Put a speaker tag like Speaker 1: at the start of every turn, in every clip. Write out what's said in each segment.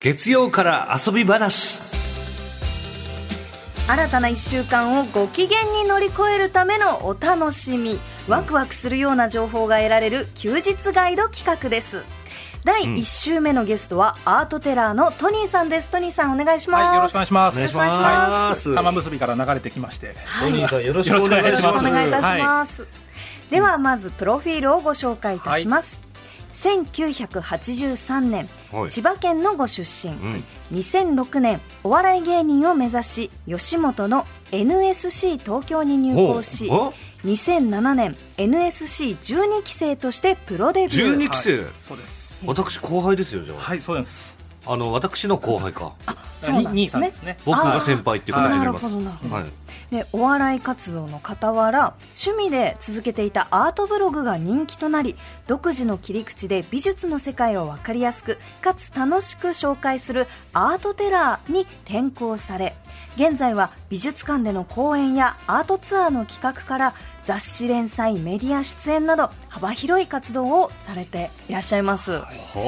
Speaker 1: 月曜から遊び話
Speaker 2: 新たな1週間をご機嫌に乗り越えるためのお楽しみワクワクするような情報が得られる休日ガイド企画です第1週目のゲストはアートテラーのトニーさんですトニーさんお願いします、
Speaker 3: はい、よろしくお願いします。
Speaker 2: お願いし
Speaker 1: お願いし
Speaker 2: ま
Speaker 1: ます
Speaker 2: す
Speaker 3: 玉結びから流れてきまして、
Speaker 1: トニーさんよろしくお願い
Speaker 2: よろ
Speaker 1: し
Speaker 2: しくお
Speaker 1: ます
Speaker 2: 願いいたします、ではまずプロフィールをご紹介いたします、1983年、
Speaker 1: はい
Speaker 2: 千葉県のご出身、
Speaker 1: ん
Speaker 2: 2006年お笑い芸人を目指し吉本の NSC 東京に入校し
Speaker 1: ほ
Speaker 2: 2007年 NSC12 期生としてプロデビュ
Speaker 1: 12
Speaker 2: ー
Speaker 1: 二期生
Speaker 3: はいそうです。
Speaker 1: 私後輩ですよじゃあ
Speaker 3: はい、そうなんです。
Speaker 1: あの私の後輩か
Speaker 2: そうなんで
Speaker 3: に兄
Speaker 2: す
Speaker 3: さん
Speaker 2: ね
Speaker 3: ですね。
Speaker 1: 僕が先輩っていう形になります
Speaker 2: あーなるほどなるほど
Speaker 1: はい
Speaker 2: でお笑い活動の傍ら趣味で続けていたアートブログが人気となり独自の切り口で美術の世界を分かりやすくかつ楽しく紹介するアートテラーに転校され現在は美術館での講演やアートツアーの企画から雑誌連載メディア出演など幅広い活動をされていらっしゃいます。
Speaker 1: はあア
Speaker 2: す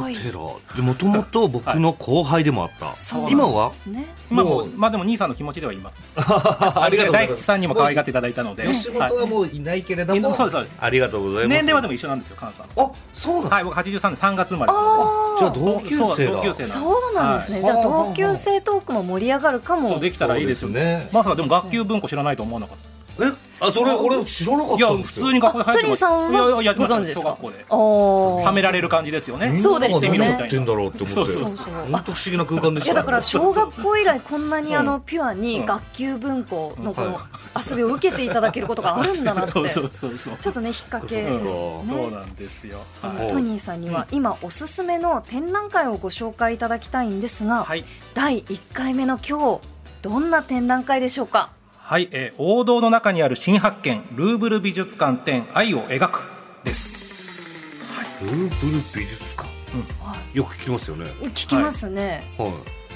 Speaker 2: ごい
Speaker 1: ートテラーでもともと僕の後輩でもあった
Speaker 2: そうなん
Speaker 1: 今は
Speaker 2: ですね
Speaker 3: まあ
Speaker 1: も
Speaker 3: も
Speaker 1: う
Speaker 3: うまあでも兄さんの気持ちではいます。
Speaker 1: あ
Speaker 3: 大吉さんにも可愛がっていただいたので、
Speaker 4: 吉本は
Speaker 3: は
Speaker 4: もういないけれど
Speaker 3: い
Speaker 4: も、
Speaker 3: そうですそうです。
Speaker 1: ありがとうございます
Speaker 3: 年齢はで
Speaker 1: も
Speaker 3: も一緒なんですよ、菅さん。
Speaker 1: あそうなん
Speaker 3: はい、僕83年3月生まれなので。
Speaker 2: あ
Speaker 1: じゃあ
Speaker 2: ー
Speaker 1: 同級生だ
Speaker 3: そう同級生なん
Speaker 2: そうなんですね、
Speaker 3: はい
Speaker 2: じゃあ同級生トークも盛り上がるかも
Speaker 3: そうできたらいいですよ
Speaker 4: そうです
Speaker 3: ね
Speaker 4: ね。
Speaker 3: まさかでも学級文庫知らないと思わなかっ
Speaker 1: えあそれ俺知らなか
Speaker 3: た。
Speaker 1: っ
Speaker 3: いや
Speaker 1: たんで
Speaker 3: 普
Speaker 1: す
Speaker 3: 通
Speaker 1: よ
Speaker 3: に学校で
Speaker 2: あトニーさん
Speaker 3: いやいや
Speaker 2: は
Speaker 3: やって
Speaker 2: ご
Speaker 3: ました
Speaker 2: 存
Speaker 3: よ
Speaker 2: 知です
Speaker 3: 小
Speaker 2: か
Speaker 3: 学校で。
Speaker 2: おー
Speaker 3: はめられる感じですよね。
Speaker 2: そうですよね
Speaker 3: みんな
Speaker 1: 何
Speaker 3: や
Speaker 1: や
Speaker 3: っ
Speaker 1: ってん
Speaker 3: てん
Speaker 1: だ
Speaker 3: だ
Speaker 1: ろうって思
Speaker 3: そ
Speaker 1: っ
Speaker 3: う
Speaker 1: て
Speaker 3: そう
Speaker 1: 本
Speaker 3: そう
Speaker 1: 当不思議な空間でし
Speaker 2: い
Speaker 1: た
Speaker 2: やだから
Speaker 1: そ
Speaker 2: 小学校以来こんなにあ
Speaker 3: う
Speaker 2: のピュアに学級文庫のこの遊びを受けていただけることがあるんだなってち
Speaker 3: そうそ
Speaker 2: ょ
Speaker 3: うそうそう。
Speaker 2: っとね引っ掛け
Speaker 3: うん
Speaker 2: です
Speaker 1: そ
Speaker 3: そう
Speaker 2: ね
Speaker 3: なんですよ。
Speaker 2: あ
Speaker 3: は
Speaker 2: のトニーさんには今おすすめの展覧会をご紹介いただきたいんですが
Speaker 3: い。はい
Speaker 2: 第1回目の今日どんな展覧会でしょうか
Speaker 3: はい、えー王道の中にある新発見ルーブル美術館展「愛を描く」です
Speaker 1: ルーブル美術館よく聞きますよね
Speaker 2: 聞きますね
Speaker 1: はい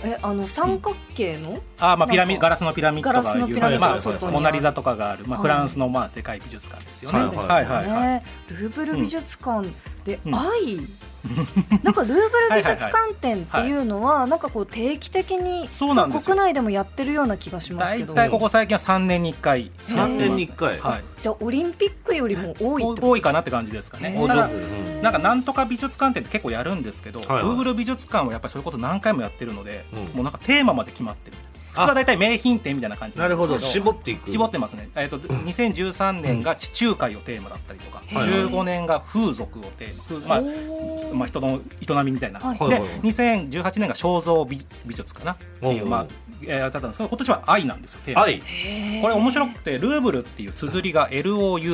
Speaker 2: えあの三角形の
Speaker 3: あー、まあ、ピラミ
Speaker 2: なんか
Speaker 3: ガラスのピラミッドが
Speaker 2: ガラスのピ
Speaker 3: 有
Speaker 2: ラ
Speaker 1: ミッ
Speaker 3: 名
Speaker 1: ドが
Speaker 3: ま
Speaker 1: 外にあ
Speaker 3: あ、
Speaker 2: る
Speaker 3: モナ・リザとかがある、まあ、
Speaker 2: はい
Speaker 3: フランスの、まあ、でかい美術館ですよね
Speaker 1: そうですよね
Speaker 3: はいはいはい、
Speaker 2: ね、ルーブル美術館で
Speaker 3: うん
Speaker 2: 愛、 なんかルーブル美術館展っていうのはなんかこう定期的に
Speaker 3: そうなんですよ
Speaker 2: 国内でもやってるような気がしますけ
Speaker 3: 大
Speaker 2: ど
Speaker 3: 体ここ最近は3年に1回
Speaker 2: へー
Speaker 1: 3年に1回
Speaker 3: はい、
Speaker 2: じゃあオリンピックよりも多いって
Speaker 3: お
Speaker 2: こと
Speaker 3: 多いかなって感じですかね
Speaker 2: へー
Speaker 3: た
Speaker 1: う
Speaker 3: だ
Speaker 1: ん
Speaker 3: なんかなんとか美術館展って結構やるんですけど、
Speaker 1: はいはい
Speaker 3: ルーブル美術館はやっぱりそれこそ何回もやってるので、
Speaker 1: うん
Speaker 3: もうなんかテーマまで決まってる普通
Speaker 1: あ
Speaker 3: は大体名品展みたいな感じ
Speaker 1: なる
Speaker 3: ん
Speaker 1: ほ
Speaker 3: ですけ
Speaker 1: ど絞っていく
Speaker 3: 絞ってますね、えー、と2013年が地中海をテーマだったりとか、
Speaker 2: へー
Speaker 3: 15年が風俗をテーマ風、まあ
Speaker 2: おー
Speaker 3: まあ、人の営みみたいな、
Speaker 2: はい
Speaker 3: で
Speaker 1: はいはいはい
Speaker 3: 2018年が肖像美美術かなってい
Speaker 1: おうおう
Speaker 3: う、まあえーやってたんですけど今年は愛なんですよテーマ
Speaker 1: 愛
Speaker 2: へー
Speaker 3: これ面白くてルーブルっていう綴りが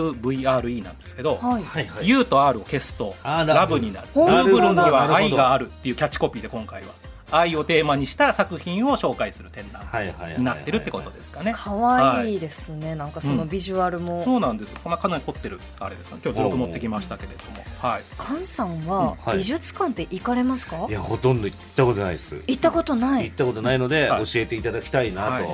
Speaker 3: LOUVRE なんですけど、
Speaker 2: はい、
Speaker 1: はいは
Speaker 3: U と R を消すと
Speaker 1: あーなる
Speaker 3: ラ
Speaker 1: ほど
Speaker 3: ブになるル
Speaker 2: ほう
Speaker 3: ーブルに
Speaker 2: なるほ
Speaker 3: は
Speaker 1: ど
Speaker 3: 愛があるっていうキャッチコピーで今回は愛をテーマにした作品を紹介する展覧
Speaker 1: はいはいはいはい
Speaker 3: になってるってことですかね。
Speaker 2: 可愛いですね、なんかそのビジュアルも、
Speaker 3: そうなんですよ。まあかなり凝ってるあれですか、ね。今日図録持ってきましたけれども、はい。
Speaker 2: 菅さんは
Speaker 1: うんはい
Speaker 2: 美術館って行かれますか、
Speaker 1: いやほとんど行ったことないです
Speaker 2: 行ったことない
Speaker 1: 行ったことないので
Speaker 3: はい
Speaker 1: 教えていただきたいな
Speaker 3: は
Speaker 1: と
Speaker 3: い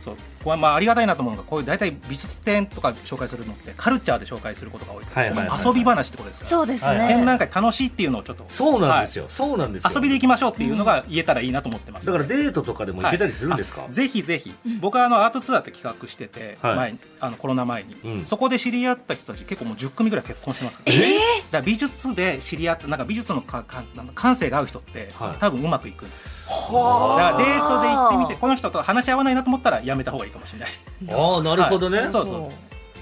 Speaker 3: そう。これまあありがたいなと思うのがこういう大体美術展とか紹介するのってカルチャーで紹介することが多いから、
Speaker 1: はいはいはいはい
Speaker 3: 遊び話ってことですから。
Speaker 2: そうですね、
Speaker 1: はい
Speaker 3: 展覧会楽しいっていうのをちょっと
Speaker 1: そうなんです
Speaker 3: よ、
Speaker 1: よそうなんです
Speaker 3: はい
Speaker 1: よ
Speaker 3: 遊びで行きましょうっていうのが言えたらいいなと思ってます。
Speaker 1: だからデートとかでも行けたりするんですか
Speaker 3: はいあぜひぜひ僕はあのアートツアーって企画してて、
Speaker 1: はい
Speaker 3: 前にあのコロナ前に、
Speaker 1: うん
Speaker 3: そこで知り合った人たち結構もう10組ぐらい結婚してますから、
Speaker 2: え
Speaker 3: だから美術で知り合ったなんか美術のかかなんか感性が合う人って、
Speaker 1: はい
Speaker 3: 多分うまくいくんですよだ
Speaker 1: あ
Speaker 3: からデートで行ってみてこの人と話し合わないなと思ったらやめた方がいいかもしれないし
Speaker 1: ーあーなるほどね、
Speaker 3: はい
Speaker 2: ー
Speaker 3: そうそう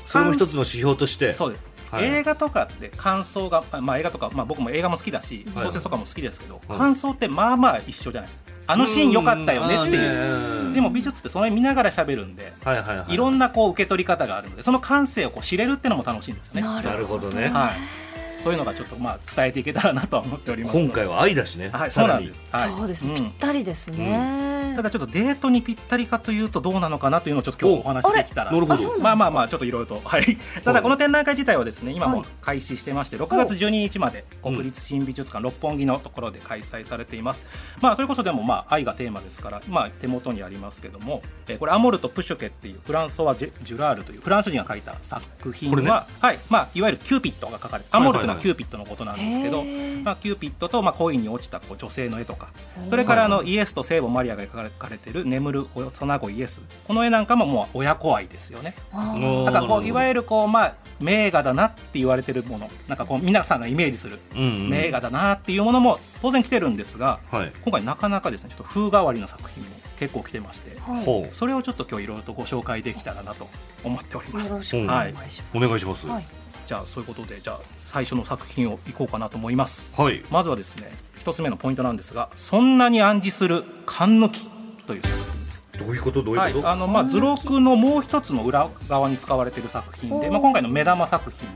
Speaker 1: それも一つの指標として
Speaker 3: そうです、
Speaker 1: はい
Speaker 3: 映画とかって感想が、まあまあ、映画とか、まあ、僕も映画も好きだし
Speaker 1: はい
Speaker 3: 小説とかも好きですけど、
Speaker 1: はい
Speaker 3: 感想ってまあまあ一緒じゃないですかあ
Speaker 1: あ
Speaker 3: のシーン良かったよねっていう
Speaker 1: いう
Speaker 3: でも美術ってその辺見ながら喋るんで
Speaker 1: はいはいはい
Speaker 3: いろんなこう受け取り方があるのでその感性をこう知れるってのも楽しいんですよね
Speaker 2: な
Speaker 1: なるほどね
Speaker 3: はい、そういうのがちょっとまあ伝えていけたらなとは思っております
Speaker 1: 今回は愛だしね
Speaker 3: はい
Speaker 1: さ
Speaker 3: そう
Speaker 1: ら
Speaker 3: な
Speaker 1: に
Speaker 3: んです、はい、
Speaker 2: そうです、
Speaker 3: ん
Speaker 2: ぴったりですね、
Speaker 3: ただちょっとデートにぴったりかというとどうなのかなというのをちょっと今日お話しできたら
Speaker 1: おあれなるほど
Speaker 2: そうなんですか
Speaker 3: まあまあまあちょっといろいろとはいただこの展覧会自体はですね今
Speaker 2: は
Speaker 3: も
Speaker 2: い
Speaker 3: 開始してまして6月12日まで国立新美術館六本木のところで開催されていますまあそれこそでもまあ愛がテーマですから今手元にありますけどもえーこれアモルとプシュケっていうフランソワ・ジェジュラールというフランス人が書いた作品
Speaker 1: これね
Speaker 3: ははいまあいわゆるキューピッドが書かれてアモルというのはキューピッドのことなんですけど
Speaker 2: へー
Speaker 3: まあキューピッドとまあ恋に落ちたこう女性の絵とかそれからあのイエスと聖母マリアが描かれている「眠る幼子イエス」この絵なんかももう親子愛ですよね
Speaker 2: あー
Speaker 1: の
Speaker 3: なん
Speaker 1: な
Speaker 3: かこ
Speaker 1: るほど
Speaker 3: ういわゆるこうまあ名画だなって言われてるものなんかこう皆さんがイメージする
Speaker 1: うん
Speaker 3: 名画だなっていうものも当然来てるんですが
Speaker 1: はい
Speaker 3: 今回なかなかですねちょっと風変わりな作品も結構来てまして
Speaker 2: はい
Speaker 1: ほ
Speaker 3: それをちょっと今日いろいろとご紹介できたらなと思っておりま
Speaker 2: よ
Speaker 3: す
Speaker 2: ろしくお願いします。
Speaker 1: うお願いします
Speaker 2: は
Speaker 1: はいい、
Speaker 3: じゃあそういうことでじゃあ最初の作品をいこうかなと思いますまずはですね一つ目のポイントなんですがそんなに暗示する勘抜きという作品
Speaker 1: どういうことどう
Speaker 3: は
Speaker 1: いう
Speaker 3: い
Speaker 1: こと、、
Speaker 3: あのまあ図録のもう一つの裏側に使われている作品で、まあ、今回の目玉作品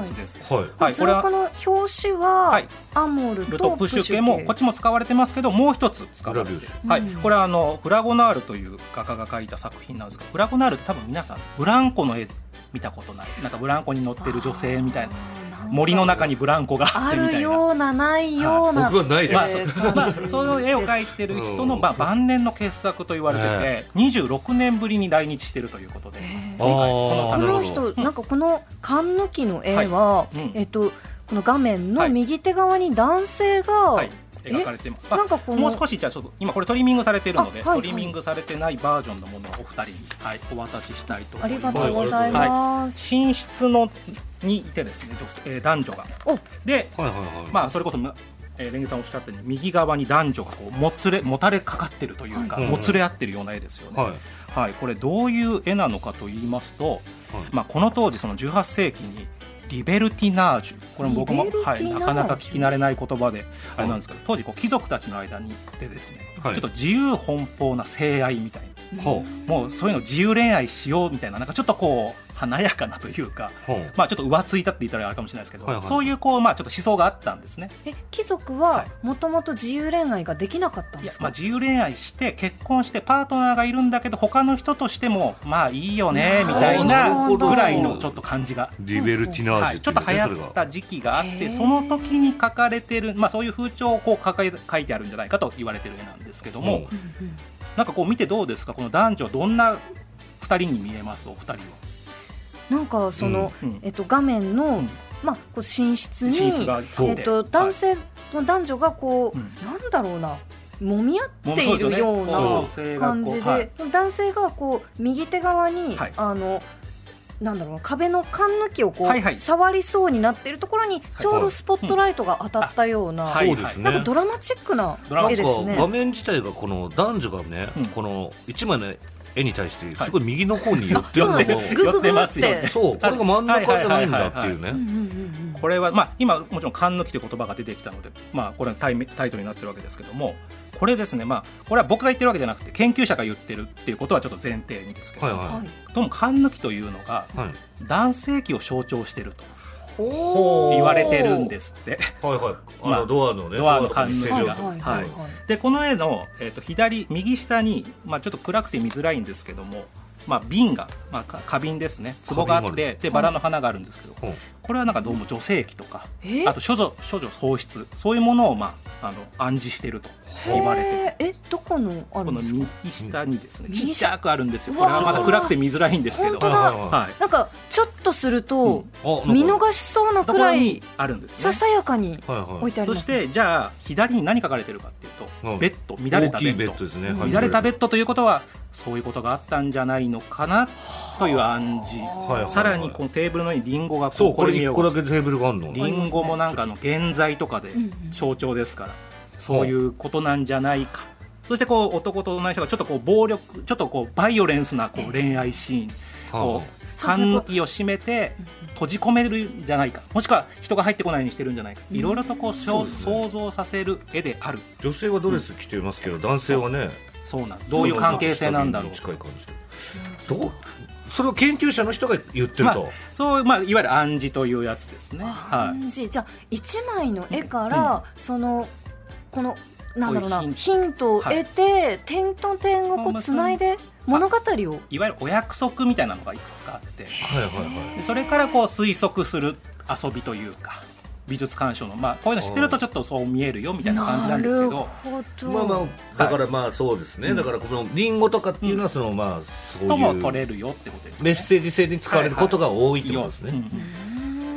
Speaker 3: の一つです。
Speaker 1: はい
Speaker 3: はい、
Speaker 2: 図
Speaker 3: これ
Speaker 2: 録
Speaker 3: は
Speaker 2: の表紙は、
Speaker 3: はい
Speaker 2: アモル
Speaker 3: ル
Speaker 2: と
Speaker 3: ト
Speaker 2: プ
Speaker 3: プ
Speaker 2: シ
Speaker 3: シ
Speaker 2: ュ
Speaker 3: ュ
Speaker 2: ケ
Speaker 3: ケもこっちも使われてますけどもう一つ使われてる
Speaker 1: 裏表、
Speaker 3: はい
Speaker 2: うん、
Speaker 3: これはあのフラゴナールという画家が描いた作品なんですがフラゴナールって多分皆さんブランコの絵見たことないなんかブランコに乗ってる女性みたいな
Speaker 2: あーんか
Speaker 3: 森の中にブランコがあっ
Speaker 2: あ
Speaker 3: てみ
Speaker 2: る
Speaker 3: たいな。
Speaker 2: ようなないような、
Speaker 1: 僕はないです、
Speaker 2: えー
Speaker 3: まあ、そういう絵を描いてる人の、まあ、晩年の傑作と言われてて26年ぶりに来日してるということで、
Speaker 2: えー
Speaker 1: あー
Speaker 2: こ
Speaker 1: なる
Speaker 2: の
Speaker 1: ほど
Speaker 2: 人なんかこの缶抜きの絵は、
Speaker 3: いうん
Speaker 2: えっとこの画面
Speaker 3: は
Speaker 2: の
Speaker 3: い
Speaker 2: 右手側に男性が、
Speaker 3: はい、描かれてます。まあ
Speaker 2: なんかこの
Speaker 3: もう少しじゃあちょっと今これトリミングされているので、
Speaker 2: あはいはい
Speaker 3: トリミングされてないバージョンのものをお二人に、はい、お渡ししたいと思
Speaker 2: あ
Speaker 3: い
Speaker 2: り
Speaker 3: ま
Speaker 2: が
Speaker 3: す。
Speaker 2: とうございます。
Speaker 3: 寝室のにいてですね女性、えー男女が
Speaker 2: お
Speaker 3: で、
Speaker 1: はいはいはい
Speaker 3: まあ、それこそ、まえー、レンゲさんおっしゃったように右側に男女がこうもつれもたれかかってるというか、
Speaker 1: はい
Speaker 3: もつれ合ってるような絵ですよね、
Speaker 1: はい
Speaker 3: はい、これどういう絵なのかと言いますと、
Speaker 1: はい
Speaker 3: まあ、この当時その18世紀にリベルティナージュこれも僕も
Speaker 2: リベル、ティナ
Speaker 3: は
Speaker 2: ージ
Speaker 3: い、
Speaker 2: ュ
Speaker 3: なかなか聞き慣れない言葉であれなんですけど当時こう貴族たちの間にでですね、
Speaker 1: はい
Speaker 3: ちょっと自由奔放な性愛みたいな
Speaker 1: ほ
Speaker 3: もうそういうの自由恋愛しようみたいななんかちょっとこう華やかなというか、
Speaker 1: ほう
Speaker 3: まあ、ちょっと浮ついたって言ったらあれかもしれないですけど、
Speaker 1: はいはい
Speaker 3: そういうこう、まあ、ちょっと思想があったんですね
Speaker 2: え貴族はもともと自由恋愛ができなかったん
Speaker 3: い
Speaker 2: で
Speaker 3: や
Speaker 2: すか。
Speaker 3: まあ、自由恋愛して結婚してパートナーがいるんだけど他の人としてもまあいいよねみたい
Speaker 2: なる
Speaker 3: な
Speaker 2: ほど
Speaker 3: ぐらいのちょっと感じが
Speaker 1: リベルティナー
Speaker 3: は
Speaker 1: ジュ
Speaker 3: い、ちょっと流行った時期があっ
Speaker 2: へー
Speaker 3: てその時に書かれてる、まあ、そういう風潮をこう書かれ書いてあるんじゃないかと言われてる絵なんですけども、
Speaker 1: うん
Speaker 2: うんうん
Speaker 3: なんかこう見てどうですかこの男女どんな2人に見えますお二人は。
Speaker 2: なんかその、
Speaker 3: うんうん
Speaker 2: えっと、画面の、
Speaker 3: うん
Speaker 2: まあ、こう寝室
Speaker 3: 寝
Speaker 2: に
Speaker 3: 室があって
Speaker 2: えっと、男性、男女がこう、
Speaker 3: うん
Speaker 2: なんだろうな揉み合
Speaker 3: も
Speaker 2: っ
Speaker 3: う
Speaker 2: て
Speaker 3: そう
Speaker 2: い
Speaker 3: ですよ
Speaker 2: る
Speaker 3: ね
Speaker 2: よう
Speaker 3: こ
Speaker 2: な
Speaker 3: う女性がこう
Speaker 2: 感じで、
Speaker 3: はい
Speaker 2: 男性がこう右手側に、
Speaker 3: はい
Speaker 2: あのなんだろうな壁の缶抜きをこう、
Speaker 3: はいはい
Speaker 2: 触りそうになっているところにちょうどスポットライトが当たったような、
Speaker 3: は
Speaker 1: そ
Speaker 3: いう
Speaker 1: ですね
Speaker 2: なんかドラマチックな
Speaker 3: ドラマ
Speaker 2: 絵
Speaker 3: チ
Speaker 1: な
Speaker 3: ッ
Speaker 1: ん
Speaker 2: で
Speaker 1: か
Speaker 2: すね。
Speaker 1: 画面自体がこの男女がね、
Speaker 3: うん
Speaker 1: この一枚の絵に対してすごい右の方に寄ってる
Speaker 2: そう
Speaker 1: の
Speaker 2: なん
Speaker 1: を
Speaker 2: ですよ。グググ
Speaker 3: や
Speaker 2: っ
Speaker 3: ってますよ
Speaker 2: て
Speaker 3: ね。
Speaker 1: そうこれが真ん中じゃないんだっていう
Speaker 2: うんう
Speaker 1: ね
Speaker 2: んうんうん
Speaker 3: これは、まあ、今もちろん「勘抜き」という言葉が出てきたので、まあ、これはタイミタイトルになってるわけですけどもこれですね、まあ、これは僕が言ってるわけじゃなくて研究者が言ってるっていうことはちょっと前提にですけど、
Speaker 1: はい
Speaker 2: は。
Speaker 1: はい
Speaker 3: どうも勘抜きというのが
Speaker 1: いはい
Speaker 3: 男性器を象徴してると
Speaker 2: おー
Speaker 3: 言われてるんですって。
Speaker 1: はいはいあの、
Speaker 3: まあ
Speaker 1: ドアのね
Speaker 3: ドアの感じ
Speaker 1: ド
Speaker 3: が
Speaker 1: ア
Speaker 2: はい
Speaker 1: と
Speaker 2: は
Speaker 1: か
Speaker 2: い
Speaker 1: の
Speaker 2: は
Speaker 1: ステー
Speaker 2: い
Speaker 1: ジが
Speaker 2: はい。
Speaker 3: でこの絵の、えー、と左右下に、まあ、ちょっと暗くて見づらいんですけども、まあ、瓶が、まあ、か花瓶ですね壺があ
Speaker 1: 花
Speaker 3: っ
Speaker 1: 瓶が
Speaker 3: てでバラの花があるんですけど
Speaker 1: ほう
Speaker 3: これはなんかどうも女性器とか
Speaker 2: え
Speaker 3: あと処女処女喪失そういうものを、まあ、あの暗示してると言われてる
Speaker 2: へーえどこのある
Speaker 3: こ
Speaker 2: ん
Speaker 3: の
Speaker 2: ですか
Speaker 3: 右下にですね
Speaker 2: うん
Speaker 3: ちっちゃくあるんですよ
Speaker 2: う
Speaker 3: こ
Speaker 2: わ
Speaker 3: れ
Speaker 2: ー
Speaker 3: はまだ暗くて見づらいんですけど
Speaker 2: 本当だ
Speaker 1: はいはいはい
Speaker 3: はい
Speaker 2: なんかちょっとすると、
Speaker 1: あ
Speaker 2: 見逃しそうなく
Speaker 3: とこ
Speaker 2: ら
Speaker 3: ろ
Speaker 2: い
Speaker 3: にあるんです
Speaker 2: さ
Speaker 3: ね
Speaker 2: さやかに
Speaker 1: はいはい
Speaker 2: 置いてあり
Speaker 3: そ
Speaker 2: ます、
Speaker 3: してじゃあ左に何書かれてるかっていうと、
Speaker 1: うん
Speaker 3: ベッド乱れた
Speaker 1: 大
Speaker 3: ベ
Speaker 1: きい
Speaker 3: ッ
Speaker 1: ベ
Speaker 3: ド
Speaker 1: ッドですね、
Speaker 2: うん
Speaker 1: はい
Speaker 3: 乱れたベッドということはそういうことがあったんじゃないのかなという暗示
Speaker 1: はいはい
Speaker 3: さらにこのテーブルの上にリンゴが
Speaker 1: そうこれ
Speaker 3: 見
Speaker 1: 一
Speaker 3: よ
Speaker 1: 個だけテーブルがあるの
Speaker 3: リンゴもなんかあの原材とかで
Speaker 2: うんうん
Speaker 3: 象徴ですからそういうことなんじゃないかそしてこう男と女の人がちょっとこう暴力ちょっとこうバイオレンスなこう恋愛シーンこう勘抜きを締めて閉じ込めるんじゃないかもしくは人が入ってこないようにしてるんじゃないかいろいろとこう
Speaker 1: そう
Speaker 3: 想
Speaker 1: ですね
Speaker 3: 想像させる絵である
Speaker 1: 女性はドレス着てますけど、男性はね
Speaker 3: そうなんどういう関係性なんだろう
Speaker 1: 近い感じでどうそれを研究者の人が言ってる
Speaker 3: まあ
Speaker 1: と、、
Speaker 3: そうまあいわゆる暗示というやつですね。
Speaker 2: あ
Speaker 3: は
Speaker 2: 感じじゃあ一枚の絵から、そのこのなんだろうな
Speaker 3: こういう
Speaker 2: ヒントを得て、点と点をこうつないで物語を
Speaker 3: いわゆるお約束みたいなのがいくつかあって
Speaker 1: はいはい
Speaker 3: でそれからこう推測する遊びというか美術鑑賞の、まあ、こういうの知ってるとちょっとそう見えるよみたいな感じなんですけど。
Speaker 2: ほど
Speaker 1: まあまあだからまあそうですね、
Speaker 3: うん
Speaker 1: だからこのリンゴとかっていうのはそのまあそういう
Speaker 3: とも取れるよってことですね。
Speaker 1: メッセージ性に使われることが多いってことですね、
Speaker 3: うん
Speaker 2: う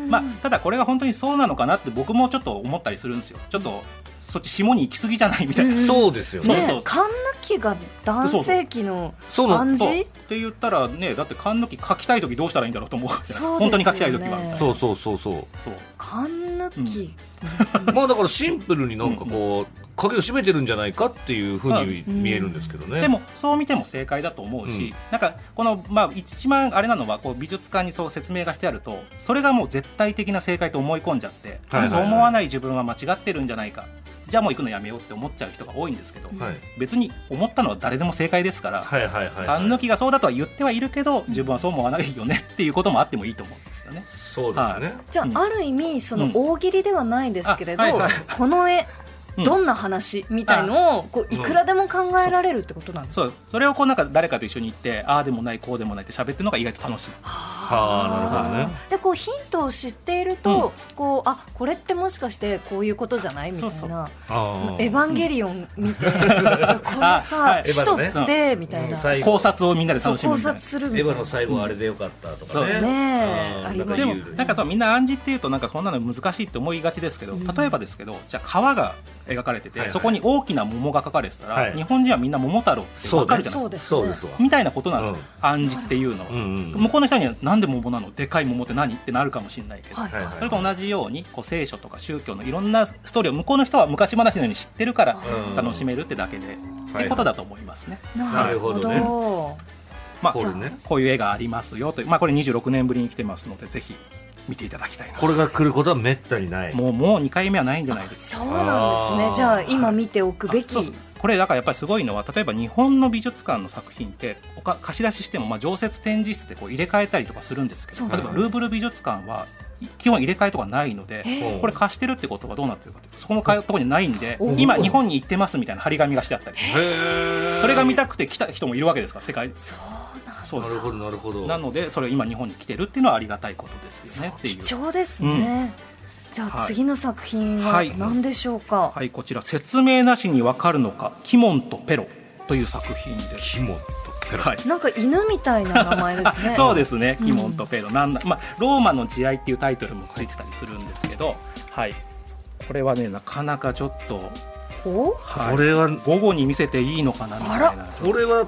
Speaker 2: ーん
Speaker 3: まあ、ただこれが本当にそうなのかなって僕もちょっと思ったりするんですよちょっとそっち下に行き過ぎじゃないみたい
Speaker 2: う
Speaker 3: な、
Speaker 2: ん
Speaker 1: そうですよね
Speaker 3: そうそう
Speaker 2: ね
Speaker 3: そ
Speaker 2: え
Speaker 3: う
Speaker 2: カンヌ期が男性期の
Speaker 1: そうな
Speaker 2: 感
Speaker 1: の
Speaker 2: じ
Speaker 3: そうって言ったらねだって缶抜き書きたい時どうしたらいいんだろうと思うじゃないです
Speaker 2: そう
Speaker 3: か
Speaker 2: ですよね
Speaker 3: 本当に書きたい時はみたいな
Speaker 1: そうそうそうそう
Speaker 3: そう
Speaker 2: カンヌ期、
Speaker 1: まあだからシンプルになんかこう影を締めてるんじゃないかっていうふうに見えるんですけどね、
Speaker 3: でもそう見ても正解だと思うし、
Speaker 1: うん
Speaker 3: なんかこの、まあ、一番あれなのはこう美術館にそう説明がしてあるとそれがもう絶対的な正解と思い込んじゃって、
Speaker 1: はいはいはい
Speaker 3: そう思わない自分は間違ってるんじゃないかじゃあもう行くのやめようって思っちゃう人が多いんですけど、
Speaker 1: はい、
Speaker 3: 別に思ったのは誰でも正解ですから、
Speaker 1: はいはいはい
Speaker 3: あ
Speaker 1: はい
Speaker 3: ん抜きがそうだとは言ってはいるけど自分はそう思わないよねっていうこともあってもいいと思うんですよね。
Speaker 1: そうですね、
Speaker 2: じゃあ、
Speaker 3: うん
Speaker 2: ある意味その
Speaker 3: うん
Speaker 2: 大喜利ではないですけれど、
Speaker 3: あはいはい
Speaker 2: この絵
Speaker 3: うん
Speaker 2: どんな話みたいのをこういくらでも考えられるってことなんですか、
Speaker 3: そうですそれをこうなんか誰かと一緒に行ってああでもないこうでもないって喋ってるのが意外と楽しい
Speaker 1: はあなるほどね
Speaker 2: でこうヒントを知っていると、こうあこれってもしかしてこういうことじゃないみたいな
Speaker 3: そうそう
Speaker 1: あー
Speaker 2: エヴァンゲリオン」見て「いやこれさ
Speaker 3: はい
Speaker 2: 使徒っ
Speaker 1: エヴァの
Speaker 2: て」みたい
Speaker 1: うん
Speaker 2: な、
Speaker 1: 最後
Speaker 3: 考察をみんなで
Speaker 2: そう
Speaker 3: 楽しむ
Speaker 2: 考
Speaker 3: みたい
Speaker 2: 察
Speaker 3: な。
Speaker 2: するみた
Speaker 1: エ
Speaker 2: い
Speaker 1: ヴ
Speaker 2: な
Speaker 1: ァの最後はあれでよかったと
Speaker 3: そ
Speaker 1: か
Speaker 3: う
Speaker 1: ね
Speaker 3: です
Speaker 2: ね
Speaker 1: う
Speaker 2: え
Speaker 1: ん
Speaker 2: ありま
Speaker 1: な
Speaker 2: す
Speaker 3: で
Speaker 1: ん
Speaker 3: も
Speaker 1: か
Speaker 3: なんかそうみんな暗示っていうとなんかこんなの難しいって思いがちですけど
Speaker 2: うん
Speaker 3: 例えばですけどじゃあ川が描かれてて、
Speaker 1: はいはい
Speaker 3: そこに大きな桃が描かれてたら、
Speaker 1: はい
Speaker 3: 日本人はみんな桃太郎ってわかるじゃない
Speaker 2: そう
Speaker 3: ですか
Speaker 1: そ
Speaker 2: です
Speaker 1: うですわ、
Speaker 3: みたいなことなんですよ、
Speaker 1: うん
Speaker 3: 暗示っていうのは、
Speaker 1: うんうんうん
Speaker 3: 向こうの人にはなんで桃なのでかい桃って何ってなるかもしれないけど、
Speaker 2: はいはい
Speaker 1: はいはい
Speaker 3: それと同じようにこう聖書とか宗教のいろんなストーリーを向こうの人は昔話のように知ってるから
Speaker 1: うん
Speaker 3: 楽しめるってだけで、ってことだと思いますね。
Speaker 2: なるほど
Speaker 1: なる
Speaker 3: まあ、
Speaker 1: これね
Speaker 3: こういう絵がありますよという、まあ、これ26年ぶりに来てますのでぜひ見ていただきたいな
Speaker 1: これが来ることはめったにない
Speaker 3: もうもう2回目はないんじゃないですか
Speaker 2: そうなんです
Speaker 1: あー
Speaker 2: ねじゃあ今見ておくべき
Speaker 3: そうそうこれだからやっぱりすごいのは例えば日本の美術館の作品っておか貸し出ししても、まあ、常設展示室でこう入れ替えたりとかするんですけ
Speaker 2: そ
Speaker 3: ど
Speaker 2: う
Speaker 3: 例
Speaker 1: で
Speaker 3: え
Speaker 1: す
Speaker 3: ばルーブル美術館はい基本入れ替えとかないので
Speaker 1: へー
Speaker 3: これ貸してるってことはどうなってるかってそこのかところにないんで
Speaker 2: お
Speaker 3: 今日本に行ってますみたいな張り紙がしてあったり
Speaker 1: へえ
Speaker 3: それが見たくて来た人もいるわけですから世界
Speaker 2: そうなん
Speaker 3: そう
Speaker 1: な
Speaker 3: で
Speaker 1: る
Speaker 3: す
Speaker 1: ほどなるほど
Speaker 3: なのでそれ今日本に来てるっていうのはありがたいことですよねってい
Speaker 2: 貴
Speaker 3: う
Speaker 2: 重ですね、じゃあ
Speaker 3: はい
Speaker 2: 次の作品は
Speaker 3: はい
Speaker 2: 何でしょうか、
Speaker 3: はいこちら説明なしにわかるのか「キモンとペロ」という作品です、
Speaker 1: キモとペラ
Speaker 3: はい、
Speaker 2: なんか犬みたいな名前ですね
Speaker 3: そう
Speaker 2: で
Speaker 3: ですね「キモンとペロ」なんだ、まあ、ローマの慈愛っていうタイトルもついてたりするんですけど、はい、これはねなかなかちょっと、
Speaker 2: すお
Speaker 3: はい
Speaker 1: これは
Speaker 3: 午後に見せていいのかなみたい
Speaker 2: あ
Speaker 3: な。
Speaker 1: これは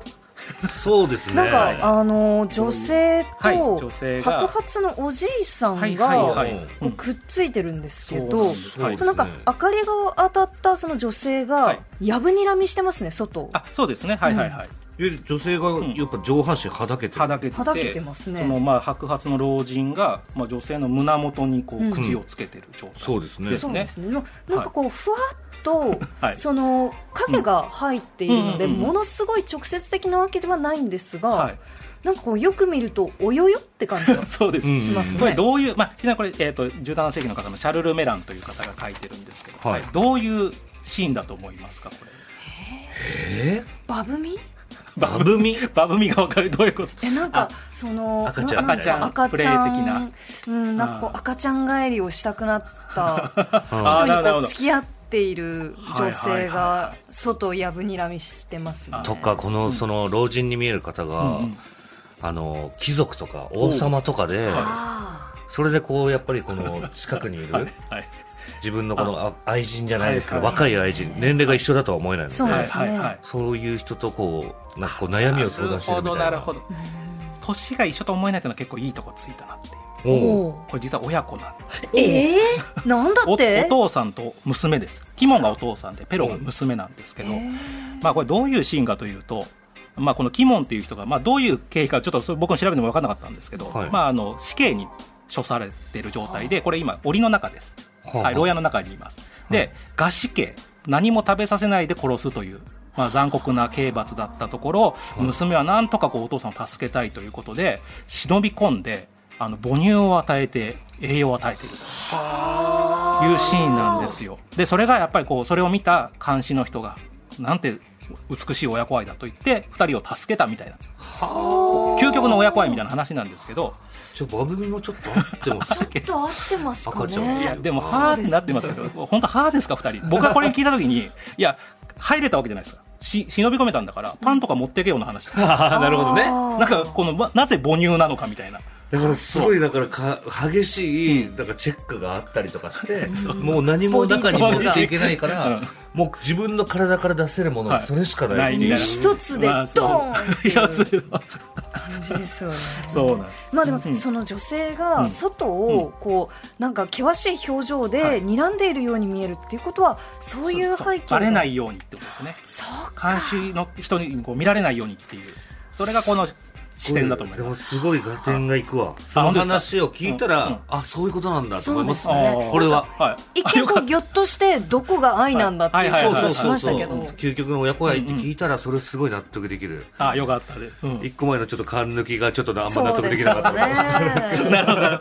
Speaker 1: そうですね
Speaker 2: なんか、あの女性
Speaker 3: はい
Speaker 2: と
Speaker 3: 女性が
Speaker 2: 白髪のおじいさん
Speaker 3: はい
Speaker 2: が
Speaker 3: はい
Speaker 2: こうくっついてるんですけ
Speaker 3: そう
Speaker 2: ど、
Speaker 3: なんです
Speaker 1: そうですね
Speaker 2: そのなんか明かりが当たったその女性
Speaker 3: は
Speaker 2: が
Speaker 3: い
Speaker 2: やぶにらみしてますね外を
Speaker 3: あそうですねはいはいはい、
Speaker 1: いわゆる女性がやっぱ上半身はだけてる
Speaker 3: はだけて
Speaker 2: はだけてますね
Speaker 3: そのまあ白髪の老人が、まあ、女性の胸元にこ
Speaker 2: うん
Speaker 3: う口をつけてる状態、
Speaker 1: そうですね
Speaker 3: です
Speaker 2: そうですねななんかこうふわっと、
Speaker 3: はい
Speaker 2: その影が入っているので、
Speaker 3: うんうんうんう
Speaker 2: も
Speaker 3: ん
Speaker 2: のすごい直接的なわけではないんですが、
Speaker 3: はい
Speaker 2: なんかこうよく見るとおよよって感じが
Speaker 3: そうです、
Speaker 1: うん
Speaker 2: しますね、
Speaker 3: これどういう、まあ、ちなみにこれ、えー、と17世紀の方のシャルル・メランという方が書いてるんですけど、
Speaker 1: はい
Speaker 3: どういうシーンだと思いますかこれ
Speaker 1: え
Speaker 2: バブミ
Speaker 1: バブミ
Speaker 3: バブミがわかるどういうこと
Speaker 2: えなんかその
Speaker 1: 赤ちゃん
Speaker 2: なな
Speaker 1: 赤ちゃん
Speaker 2: だろう赤
Speaker 3: プレイ的な
Speaker 2: うんなんかこう
Speaker 3: あー
Speaker 2: 赤ちゃん帰りをしたくな った
Speaker 1: あ
Speaker 2: 人
Speaker 3: な
Speaker 2: に
Speaker 3: る
Speaker 2: こ
Speaker 3: ほ
Speaker 2: う
Speaker 3: ど
Speaker 2: 付き合っている女
Speaker 3: はいは
Speaker 2: 性
Speaker 3: いはいは
Speaker 2: が外をやぶにらみしてますね
Speaker 3: あ
Speaker 1: とかこのその老人に見える方が、
Speaker 3: うんうん
Speaker 1: あの貴族とか王様とかで、
Speaker 2: あ
Speaker 1: それでこうやっぱりこの近くにいる、
Speaker 3: はいはい
Speaker 1: 自分のこのあ愛人じゃないですけど、
Speaker 3: はいはい
Speaker 1: 若い愛人年齢が一緒だとは思えないので
Speaker 2: そう
Speaker 3: は
Speaker 2: で
Speaker 3: い
Speaker 2: すね
Speaker 3: はいはい
Speaker 1: そういう人とこうなんかこう悩みを相談してるみたいな
Speaker 3: なるほどなるほど年が一緒と思えないというのは結構いいとこついたなっていう
Speaker 2: ー
Speaker 1: おう
Speaker 2: おう
Speaker 3: これ実は親子なんです
Speaker 2: えー、なんだ
Speaker 3: おお
Speaker 2: って
Speaker 3: 父さんと娘ですキモンがお父さんでペロが娘なんですけ
Speaker 2: え
Speaker 3: ど、
Speaker 2: ー
Speaker 3: まあ、これどういうシーンかというと、まあ、このキモンっていう人が、まあ、どういう経緯かちょっとそれ僕も調べても分からなかったんですけど、
Speaker 1: はい
Speaker 3: まあ、あの死刑に処されてる状態でこれ今檻の中です、
Speaker 1: はあ
Speaker 3: はい、牢屋の中にいますで餓死刑何も食べさせないで殺すという、まあ、残酷な刑罰だったところ娘はなんとかこうお父さんを助けたいということで忍び込んであの母乳を与えて栄養を与えているというシーンなんですよでそれがやっぱりこうそれを見た監視の人がなんて美しい親子愛だと言って2人を助けたみたいな究極の親子愛みたいな話なんですけど
Speaker 1: ちょバブミもちょっと合ってます
Speaker 2: ちょっと合ってますか
Speaker 1: 赤ちゃん
Speaker 2: ね
Speaker 1: い
Speaker 3: い
Speaker 1: や
Speaker 3: やでも「はー」ってなってますけど本当「はー」ですか2人僕はこれ聞いた時にいや入れたわけじゃないですかし忍び込めたんだからパンとか持ってけような話
Speaker 1: あーなるほどね
Speaker 2: あー
Speaker 3: なんかこのまなぜ母乳なのかみたいな
Speaker 1: だからすごいだからか激しいだからチェックがあったりとかして、もう何も中に持っちゃいけないから、
Speaker 3: うん
Speaker 1: もう自分の体から出せるものは
Speaker 3: はい
Speaker 1: それしかないって、
Speaker 3: ないいうみたいな
Speaker 2: 一つでド
Speaker 3: まあそう
Speaker 2: ーンってい
Speaker 3: いや
Speaker 2: う
Speaker 3: そう
Speaker 2: 感じですよね。
Speaker 3: そうなん
Speaker 2: まあでも、
Speaker 3: うん
Speaker 2: その女性
Speaker 3: う
Speaker 2: が
Speaker 3: ん
Speaker 2: 外をこう、なんか険しい表情
Speaker 3: は
Speaker 2: で
Speaker 3: い
Speaker 2: 睨んでいるように見えるっていうことはそういう背景
Speaker 3: バレないいようにってことですね
Speaker 2: そう
Speaker 3: 監視の人にこう見られないようにっていうそれがこの視点だと思い
Speaker 1: で
Speaker 3: ま
Speaker 1: も
Speaker 3: す
Speaker 1: すごい合点がいくわその
Speaker 3: 本当ですか
Speaker 1: 話を聞いたら、
Speaker 3: うんうん
Speaker 1: あそういうことなんだと思います
Speaker 2: そうですね
Speaker 1: ねこれは。
Speaker 3: はい
Speaker 2: 一見こうギョッとしてどこが愛なんだっていう
Speaker 3: はい
Speaker 1: そ
Speaker 3: はい
Speaker 1: う
Speaker 2: 感
Speaker 3: は
Speaker 2: じ
Speaker 3: い
Speaker 1: そ
Speaker 2: が
Speaker 1: う
Speaker 2: し
Speaker 1: そう
Speaker 2: ました
Speaker 1: そう
Speaker 2: けど
Speaker 1: 究極の親子愛って聞いたらそれすごい納得できる、
Speaker 3: あよかったです、うん
Speaker 1: 一個前のちょっと勘抜きがちょっとあんま納
Speaker 2: そう
Speaker 1: 得
Speaker 2: で
Speaker 1: ですきなかった
Speaker 2: よ
Speaker 1: のが
Speaker 2: ね。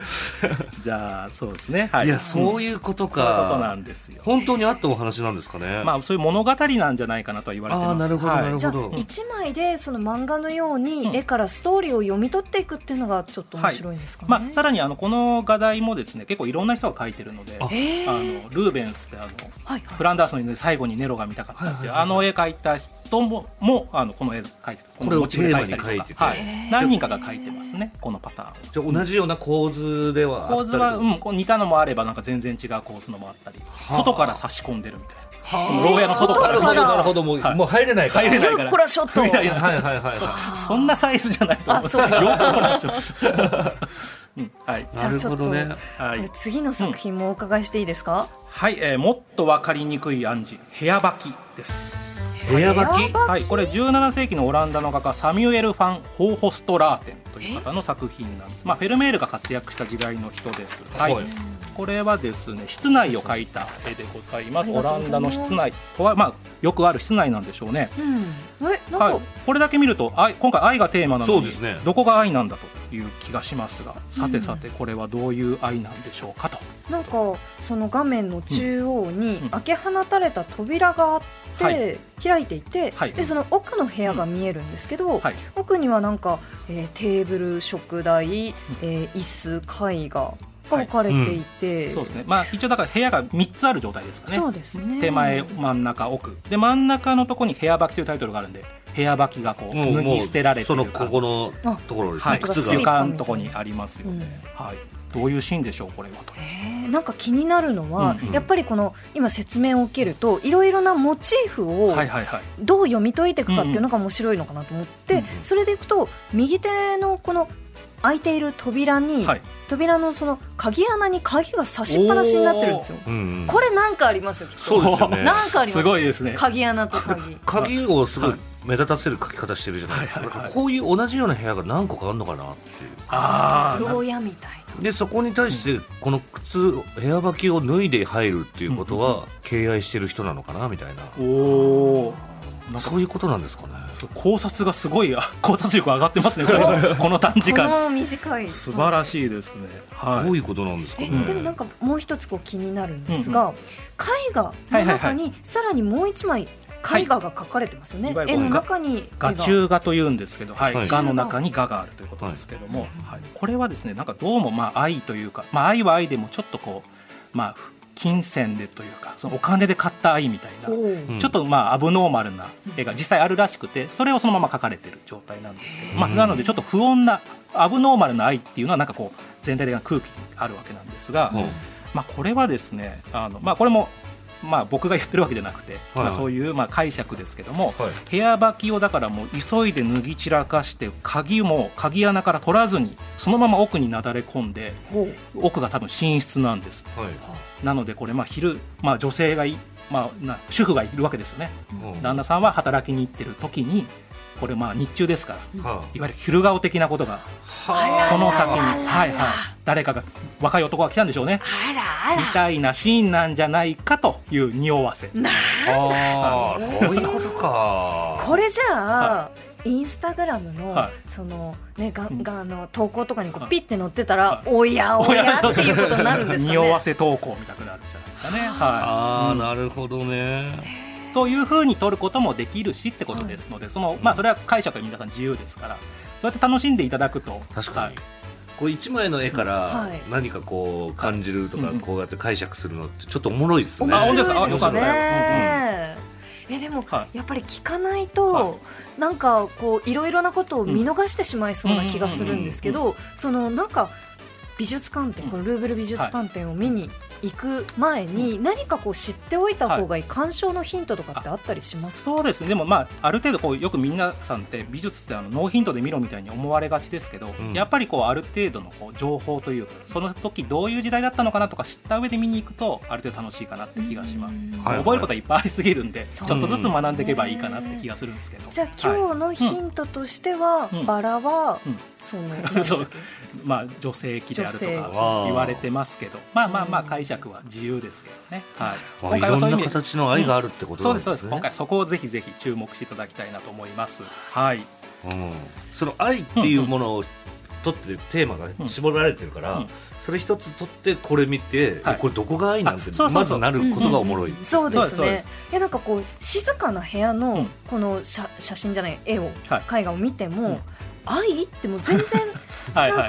Speaker 3: じゃあそうですねはい
Speaker 1: いや
Speaker 3: うん
Speaker 1: そういうこと
Speaker 3: そういうことな
Speaker 1: か
Speaker 3: んですよ
Speaker 1: 本当にあったお話なんですかね、
Speaker 3: まあそういう物語なんじゃないかなとは言われてます
Speaker 1: あーなるほど
Speaker 3: はい
Speaker 1: なるほど
Speaker 2: じゃあ一枚でその漫画のように絵からストーリーを読み取っていくっていうのがちょっと面白いんですかね。
Speaker 3: まあ、さらにあのこの画題もですね結構いろんな人が書いてるのであ
Speaker 2: へー
Speaker 3: のルーベンスってあの
Speaker 2: はいはい
Speaker 3: フランダースの犬で最後にネロが見たかったっていうあの絵描いた人ももあのこの絵描いて
Speaker 1: これを
Speaker 3: モチーフ描いたりとか
Speaker 1: テーマに描いてて
Speaker 3: はい
Speaker 2: へー、
Speaker 3: 何人かが描いてますねこのパターンは
Speaker 1: じゃあ同じような構図ではあ
Speaker 3: 構
Speaker 1: っ
Speaker 3: 図
Speaker 1: たりと
Speaker 3: は、
Speaker 1: か
Speaker 3: うん、こう似たのもあればなんか全然違う構図のもあったり
Speaker 1: あ
Speaker 3: 外から差し込んでるみたい
Speaker 1: はあ
Speaker 3: なその牢屋の外か
Speaker 1: なるほ
Speaker 3: ら
Speaker 1: ど
Speaker 2: 外から
Speaker 1: なるほどもう,、
Speaker 3: はい
Speaker 1: もう入れないから
Speaker 3: 入れな
Speaker 2: ル
Speaker 3: い
Speaker 2: ーコラショット。
Speaker 3: いやいや
Speaker 1: はいはいはいはい
Speaker 3: そんなサイズじゃないと思
Speaker 2: あ そう
Speaker 3: よくわからんでしょうん はい
Speaker 2: じゃあちょ
Speaker 1: なるほ
Speaker 2: っと
Speaker 1: どね
Speaker 3: は
Speaker 2: これ
Speaker 3: い
Speaker 2: 次の作品もお伺いしていいですか。
Speaker 3: はい、えーもっと分かりにくい暗示部屋履きです、
Speaker 1: 部屋履き
Speaker 2: 部屋履
Speaker 3: はい、これ17世紀のオランダの画家サミュエル・ファン・ホーホストラーテンという方の作品なんです、まあ、フェルメールが活躍した時代の人です、はい
Speaker 1: はい
Speaker 3: これはですね室内を描いた絵でございます
Speaker 2: あり
Speaker 3: オ
Speaker 2: がとうご
Speaker 3: ラン
Speaker 2: ざい
Speaker 3: ダ
Speaker 2: ま
Speaker 3: の
Speaker 2: す
Speaker 3: 室内とは、まあ、よくある室内なんでしょうね
Speaker 2: うん。あれなんか、
Speaker 3: はい、これだけ見ると愛今回愛がテーマなの
Speaker 1: そう
Speaker 3: に
Speaker 1: ですね
Speaker 3: どこが愛なんだという気がしますがさてさてこれはどういう愛なんでしょうかと、
Speaker 2: なんかその画面の中央に
Speaker 3: うん
Speaker 2: 開け放たれた扉があって、
Speaker 3: はい
Speaker 2: 開いていて、
Speaker 3: はい
Speaker 2: でその奥の部屋が見えるんですけど、
Speaker 3: はい、
Speaker 2: 奥にはなんか、えーテーブル食台、えー椅子絵画が置かれていて、
Speaker 3: そうですね、まあ、一応だから部屋が3つある状態ですかね
Speaker 2: そうですね
Speaker 3: 手前真ん中奥で真ん中のとこに部屋履きというタイトルがあるんで部屋履きがこう脱ぎ捨てられて
Speaker 1: そ
Speaker 3: る
Speaker 1: のここの
Speaker 2: あ
Speaker 1: ところですね、
Speaker 3: はい、
Speaker 2: なんか
Speaker 1: 靴
Speaker 2: スリッ
Speaker 1: が
Speaker 2: パ
Speaker 3: 床のとこにありますよね、はい、どういうシーンでしょうこれはと
Speaker 2: えーなんか気になるのは、
Speaker 3: うんうん
Speaker 2: やっぱりこの今説明を受けるといろいろなモチーフを
Speaker 3: はいはいはい
Speaker 2: どう読み解いていくかっていうのが面白いのかなと思って、
Speaker 3: うんうん
Speaker 2: それでいくと右手のこの開いている扉に、
Speaker 3: はい
Speaker 2: 扉のその鍵穴に鍵が差しっぱなしになってるんですよ。
Speaker 1: うんうん
Speaker 2: これなんかありますよきっと。
Speaker 1: そうですよね
Speaker 2: なんかあります。
Speaker 3: すごいですね
Speaker 2: 鍵穴と鍵。
Speaker 1: 鍵をすごい目立たせる書き方してるじゃないですか,、
Speaker 3: はいはいはい
Speaker 1: こういう同じような部屋が何個かあるのかなっていう
Speaker 3: あー
Speaker 2: 牢屋みたいな。
Speaker 1: でそこに対してこの靴部屋履きを脱いで入るっていうことは敬愛してる人なのかなみたいな、
Speaker 3: おおなんか
Speaker 1: そういうことなんですかね
Speaker 3: 考察がすごいあ考察力上がってますねこのこの短時
Speaker 2: こ
Speaker 3: 間
Speaker 2: の短い。
Speaker 3: 素晴らしいですねは
Speaker 1: どう
Speaker 3: い
Speaker 1: いうことなんですか
Speaker 2: え
Speaker 1: ね、
Speaker 3: うん
Speaker 2: でもなんかもう一つこう気になるんですが、絵画の中にさらにもう一枚絵画が描かれてますよね、
Speaker 3: はい
Speaker 2: 絵の中に絵
Speaker 3: 画中画というんですけど、はい
Speaker 1: はい
Speaker 3: 画の中に画があるということですけども、はいこれはですねなんかどうもまあ愛というか、まあ、愛は愛でもちょっとこう、まあ、金銭でというかそのお金で買った愛みたいな、
Speaker 2: おおー
Speaker 1: うん
Speaker 3: ちょっとまあアブノーマルな絵が実際あるらしくてそれをそのまま描かれてる状態なんですけど、まあ、
Speaker 1: うん
Speaker 3: なのでちょっと不穏なアブノーマルな愛っていうのはなんかこう全体的な空気にあるわけなんですが、
Speaker 1: うん
Speaker 3: まあ、これはですねあの、まあ、これも、まあ、僕が言ってるわけじゃなくて、まあ、そういうまあ解釈ですけども、
Speaker 1: はい
Speaker 3: 部屋履きをだからもう急いで脱ぎ散らかして鍵も鍵穴から取らずにそのまま奥になだれ込んで
Speaker 2: ほう
Speaker 3: 奥が多分寝室なんです
Speaker 1: はい
Speaker 3: なのでこれまあ昼、まあ、女性がい、まあ、な主婦がいるわけですよね
Speaker 1: うん
Speaker 3: 旦那さんは働きに行ってる時にこれまあ日中ですから
Speaker 1: はい
Speaker 3: わゆる昼顔的なことが
Speaker 1: は
Speaker 3: この先にはいはい誰かが若い男が来たんでしょうね
Speaker 2: あらあ
Speaker 3: みたいなシーンなんじゃないかという匂わせ
Speaker 1: ああそういうことか
Speaker 2: これじゃあ、インスタグラムの、
Speaker 3: は
Speaker 2: そのねが
Speaker 3: うん
Speaker 2: があの投稿とかにこうピッて載ってたら、
Speaker 3: はい
Speaker 2: おやお
Speaker 3: おや
Speaker 2: や
Speaker 3: そう
Speaker 2: っていうことになるんですかね。
Speaker 3: 匂わせ投稿みたくなるんじゃないですかね。
Speaker 1: あ
Speaker 3: は
Speaker 1: あ
Speaker 3: いうん
Speaker 1: なるほどね
Speaker 3: というふうに取ることもできるしってことですので、そのまあ、それは解釈は皆さん自由ですからそうやって楽しんでいただくと
Speaker 1: 確かに、
Speaker 3: はい
Speaker 1: こう一枚の絵から
Speaker 2: はい
Speaker 1: 何かこう感じるとか
Speaker 3: うん
Speaker 1: こうやって解釈するのってちょっとおもろいですね
Speaker 2: 面白い
Speaker 3: で
Speaker 2: ですす
Speaker 3: か
Speaker 2: ね
Speaker 3: あよかったよ
Speaker 2: えでも、
Speaker 3: は
Speaker 2: やっぱり聞かないと、
Speaker 3: は
Speaker 2: なんかこういろいろなことを見逃してしまいそうな気がするんですけどそのなんか美術館展このルーブル美術館展を見に行く前に、何かこう知っておいた方がいい鑑賞のヒントとかってあったりします
Speaker 3: そうですねでも、まあ、ある程度こうよく皆さんって美術ってあのノーヒントで見ろみたいに思われがちですけど、
Speaker 1: うん
Speaker 3: やっぱりこうある程度のこう情報というかその時どういう時代だったのかなとか知った上で見に行くとある程度楽しいかなって気がします、
Speaker 2: うん
Speaker 1: はい
Speaker 3: 覚えることはいっぱいありすぎるんで、ち
Speaker 2: そ
Speaker 3: ょ
Speaker 2: う
Speaker 3: っとずつ学んでいけばいいかなって気がするんですけど、
Speaker 2: じゃあ
Speaker 3: はい
Speaker 2: 今日のヒントとしては、
Speaker 3: うん
Speaker 2: バラは、
Speaker 3: うん
Speaker 2: その何でしたっけ
Speaker 3: そうまあ、女性器であるとか
Speaker 2: 女性器
Speaker 3: 言われてますけどまあまあまあ解釈は自由ですけどね、はい、
Speaker 1: まあいろんな形の愛があるってこと
Speaker 3: そ
Speaker 1: な
Speaker 3: うんで
Speaker 1: ですす
Speaker 3: そ
Speaker 1: ね
Speaker 3: うです今回そこをぜひぜひ注目していただきたいなと思いますはい
Speaker 1: うん、その愛っていうものを取ってテーマが絞られてるから、
Speaker 3: うんそ
Speaker 1: それ一つ取ってこれ見て、
Speaker 3: はい
Speaker 1: これどこが愛なんて
Speaker 3: あそうそうそう
Speaker 1: まずなることがおもろい、
Speaker 2: そうで
Speaker 3: そうです
Speaker 2: す
Speaker 3: そうで
Speaker 2: ね
Speaker 3: す
Speaker 2: いやなんかこう静かな部屋
Speaker 3: う
Speaker 2: の
Speaker 3: ん
Speaker 2: この写写真じゃない絵を、
Speaker 3: は
Speaker 2: 絵画を見ても、
Speaker 3: うん
Speaker 2: 愛ってもう全然
Speaker 3: はい
Speaker 2: なん
Speaker 3: は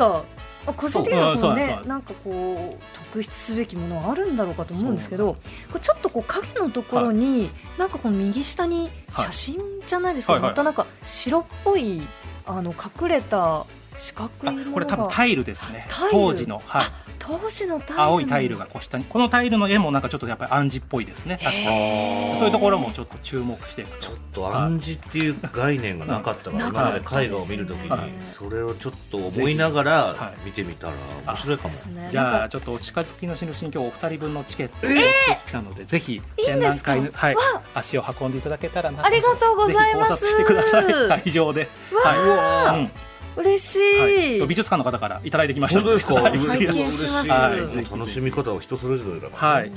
Speaker 2: か、個人的には
Speaker 3: そう
Speaker 2: こう
Speaker 3: う
Speaker 2: ん
Speaker 3: そう
Speaker 2: ね
Speaker 3: そう
Speaker 2: なんかこう特筆すべきものはあるんだろうかと思うんですけどこうちょっとこう影のところに、なんかこの右下に
Speaker 3: はい
Speaker 2: 写真じゃないですか、
Speaker 3: はいはい
Speaker 2: またなんか白っぽいあの隠れた四角いも
Speaker 3: いあ
Speaker 2: の
Speaker 3: これ多分
Speaker 2: が
Speaker 3: タイルですね
Speaker 2: タイル
Speaker 3: 当時の、はい、
Speaker 2: 当時のタイル
Speaker 3: 青いタイルがこう下にこのタイルの絵もなんかちょっとやっぱり暗示っぽいですね確かに
Speaker 2: へー
Speaker 3: そういうところもちょっと注目していく
Speaker 1: ち
Speaker 3: と
Speaker 1: ょっと暗示っていう概念がなかったから
Speaker 2: うん
Speaker 1: 今まで絵画を見るとき
Speaker 3: なかった
Speaker 1: に
Speaker 2: です
Speaker 1: それをちょっと思いながら
Speaker 3: はい
Speaker 1: 見てみたら面白いかも、
Speaker 2: ですね
Speaker 3: じ
Speaker 2: なん
Speaker 3: ゃ
Speaker 2: か
Speaker 3: あちょっとお近づきの新今日お二人分のチケットを持ってきたので、ぜひ展覧
Speaker 2: い
Speaker 3: 会
Speaker 2: いん
Speaker 3: の
Speaker 2: です
Speaker 3: はい足を運んでいただけたらな
Speaker 2: ありがとうございます
Speaker 3: ぜひ考察してください会場で
Speaker 2: わ
Speaker 3: は
Speaker 2: ー
Speaker 3: い、うん
Speaker 2: 嬉し
Speaker 3: はい
Speaker 2: い、
Speaker 3: 美術館の方からいただいてきました
Speaker 1: 本
Speaker 3: の
Speaker 1: 当ですか
Speaker 3: はい
Speaker 2: 見拝見します
Speaker 1: はい
Speaker 2: はい
Speaker 3: ぜひ
Speaker 1: 楽しみ方は人それぞれだから、
Speaker 3: はい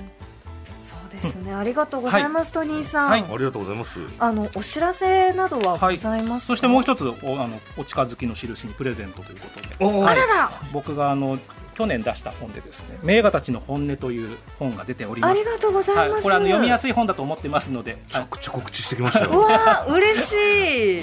Speaker 2: そうですね、ありがとうございます、トニーさん、
Speaker 3: はい
Speaker 1: ありがとうございます
Speaker 2: あのお知らせなどは
Speaker 3: は
Speaker 2: ご
Speaker 3: い
Speaker 2: ざいますか、
Speaker 3: そしてもう一つおあのお近づきの印にプレゼントということで
Speaker 1: おー
Speaker 2: あらら、
Speaker 3: 僕があの去年出した本でですね名画たちの本音という本が出ており
Speaker 2: あ
Speaker 3: ま
Speaker 2: り
Speaker 3: す
Speaker 2: がとうございます、
Speaker 3: はい、これあの読みや
Speaker 2: す
Speaker 3: すい本だと思ってますので、
Speaker 1: ち
Speaker 3: は
Speaker 1: ょ
Speaker 3: い
Speaker 1: くちょ告知してきました
Speaker 2: う
Speaker 1: よ
Speaker 2: わー嬉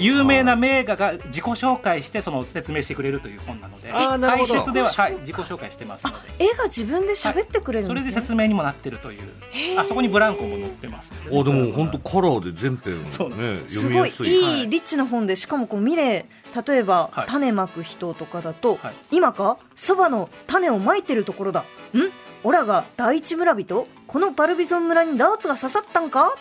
Speaker 2: し い
Speaker 3: 有名な名画が自己紹介してその説明してくれるという本なので
Speaker 1: あーなるほ
Speaker 3: 解
Speaker 1: ど
Speaker 3: 説では、
Speaker 2: 自己紹介
Speaker 3: はい、自己紹介してますの
Speaker 2: あ絵が自分で喋ってくれ
Speaker 3: で
Speaker 2: る
Speaker 3: そ
Speaker 2: んで
Speaker 3: れ
Speaker 2: す、
Speaker 3: で
Speaker 2: ね
Speaker 3: 説明にもなってるという
Speaker 2: へー
Speaker 3: あそこにブランコも載ってます
Speaker 1: あでも本当カラーで全編
Speaker 3: そうなん
Speaker 1: ね
Speaker 2: す
Speaker 1: 読み
Speaker 2: ご
Speaker 1: や
Speaker 2: い
Speaker 1: すい
Speaker 3: はい
Speaker 2: いいリッチな本でしかもこう未練例えば、
Speaker 3: はい
Speaker 2: 種まく人とかだと、
Speaker 3: はい
Speaker 2: 今かそばの種をまいてるところだんオラが第一村人このバルビゾン村にダーツが刺さったんか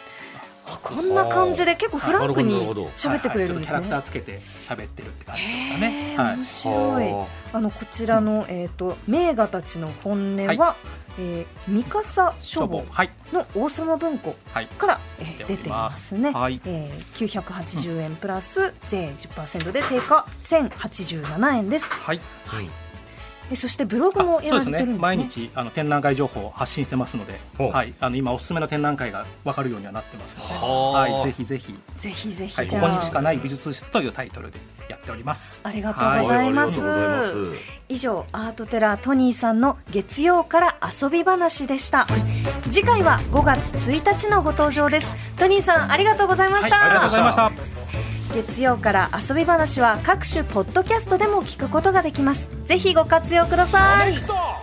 Speaker 2: あこんな感じで結構フラン
Speaker 1: な
Speaker 2: クに
Speaker 1: るほどなるほど
Speaker 2: 喋ってくれるんですね、
Speaker 3: はいはいちょっとキャラクターつけて喋ってるって感じですか
Speaker 2: へ
Speaker 3: ね、
Speaker 2: ー
Speaker 3: はい
Speaker 2: 面、白い
Speaker 1: は
Speaker 2: あのこちらの、えー、と名画たちの本音は、
Speaker 3: は
Speaker 2: えー三笠書
Speaker 3: 書房
Speaker 2: 房
Speaker 3: はい
Speaker 2: の王様文庫
Speaker 3: はい
Speaker 2: から、えー
Speaker 3: 出ており
Speaker 2: 出ていま
Speaker 3: ます
Speaker 2: すね、
Speaker 3: はい
Speaker 2: えー、980円プラス税10%で定価1087円です
Speaker 3: はい
Speaker 1: あはい
Speaker 2: えそしてブログ
Speaker 3: あ
Speaker 2: も
Speaker 3: そう
Speaker 2: やられて
Speaker 3: ですね
Speaker 2: るんですね
Speaker 3: 毎日あの展覧会情報を発信してますので、
Speaker 1: ほう
Speaker 3: はい、あの今おすすめの展覧会が分かるようにはなってますので、
Speaker 1: はあ
Speaker 3: はい、ぜひぜひ、
Speaker 2: ぜひぜひ、
Speaker 3: はい、
Speaker 2: じ
Speaker 3: こ
Speaker 2: ゃあ
Speaker 3: こにしかない美術室というタイトルでやっております
Speaker 2: ありがとうござい
Speaker 3: は
Speaker 2: ます
Speaker 1: はいありがとうございます
Speaker 2: 以上アートテラートニーさんの月曜から遊び話でした、次回は5月1日のご登場ですトニーさんありがとうございました、
Speaker 3: はい、ありがとうございました
Speaker 2: 月曜から遊び話は各種ポッドキャストでも聞くことができますぜひご活用ください
Speaker 4: コネクト